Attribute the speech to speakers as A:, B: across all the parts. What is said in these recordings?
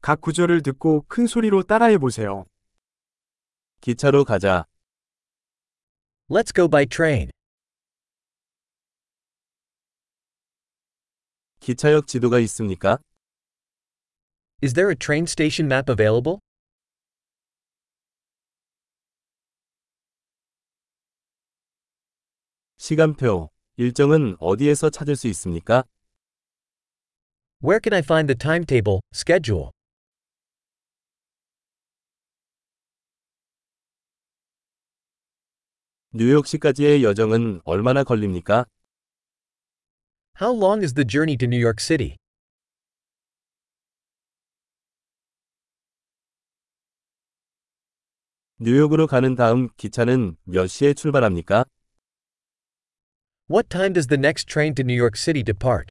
A: 각 구절을 듣고 큰 소리로 따라해 보세요.
B: 기차로 가자.
C: Let's go by train.
B: 기차역 지도가 있습니까?
C: Is there a train station map available?
B: 시간표, 일정은 어디에서 찾을 수 있습니까?
C: Where can I find the timetable, schedule?
B: 뉴욕시까지의 여정은 얼마나 걸립니까?
C: How long is the journey to New York City?
B: 뉴욕으로 가는 다음 기차는 몇 시에 출발합니까?
C: What time does the next train to New York City depart?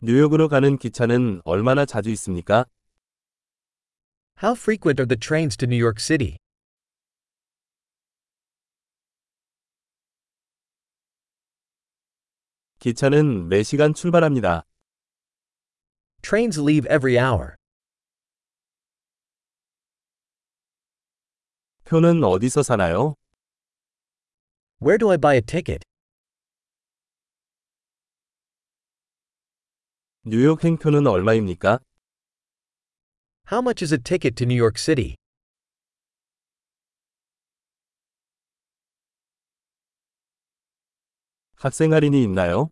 B: 뉴욕으로 가는 기차는 얼마나 자주 있습니까?
C: How frequent are the trains to New York City?
B: 기차는 매시간 출발합니다.
C: Trains leave every hour.
B: 표는 어디서 사나요?
C: Where do I buy a ticket?
B: 뉴욕 행표는 얼마입니까?
C: How much is a ticket to New York City?
B: 학생 할인이 있나요?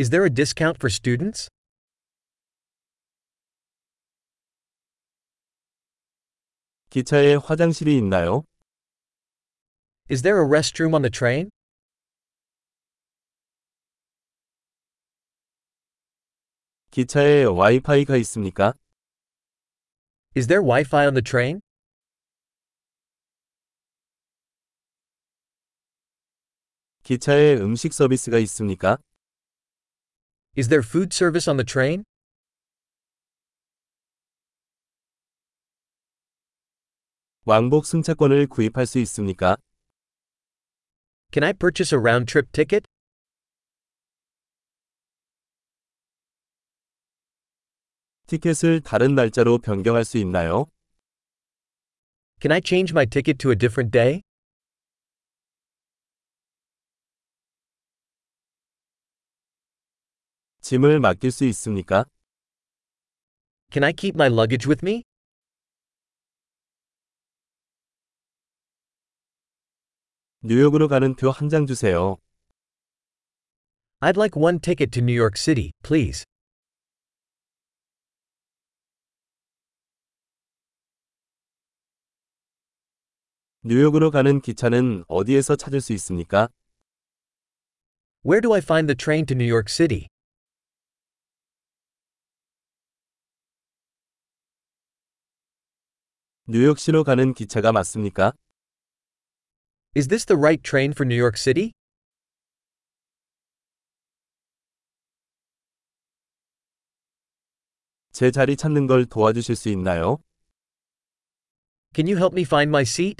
C: Is there a discount for students?
B: 기차에 화장실이 있나요?
C: Is there a restroom on the train?
B: 기차에 와이파이가 있습니까?
C: Is there Wi Fi on the train?
B: 기차에 음식 서비스가 있습니까?
C: Is there food service on the train?
B: 왕복 승차권을 구입할 수 있습니까?
C: Can I purchase a round trip ticket?
B: 티켓을 다른 날짜로 변경할 수 있나요?
C: Can I change my ticket to a different day?
B: 짐을 맡길 수 있습니까?
C: Can I keep my luggage with me?
B: 뉴욕으로 가는 표 한 장 주세요.
C: I'd like one ticket to New York City, please.
B: 뉴욕으로 가는 기차는 어디에서 찾을 수 있습니까?
C: Where do I find the train to New York City?
B: 뉴욕시로 가는 기차가 맞습니까?
C: Is this the right train for New York City?
B: 제 자리 찾는 걸 도와주실 수 있나요?
C: Can you help me find my seat?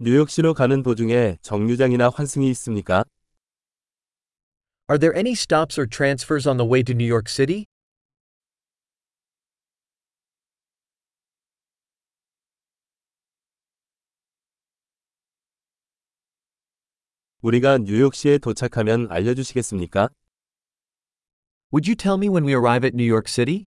B: 뉴욕시로 가는 도중에 정류장이나 환승이 있습니까?
C: Are there any stops or transfers on the way to New York City?
B: 우리가 뉴욕시에 도착하면 알려주시겠습니까?
C: Would you tell me when we arrive at New York City?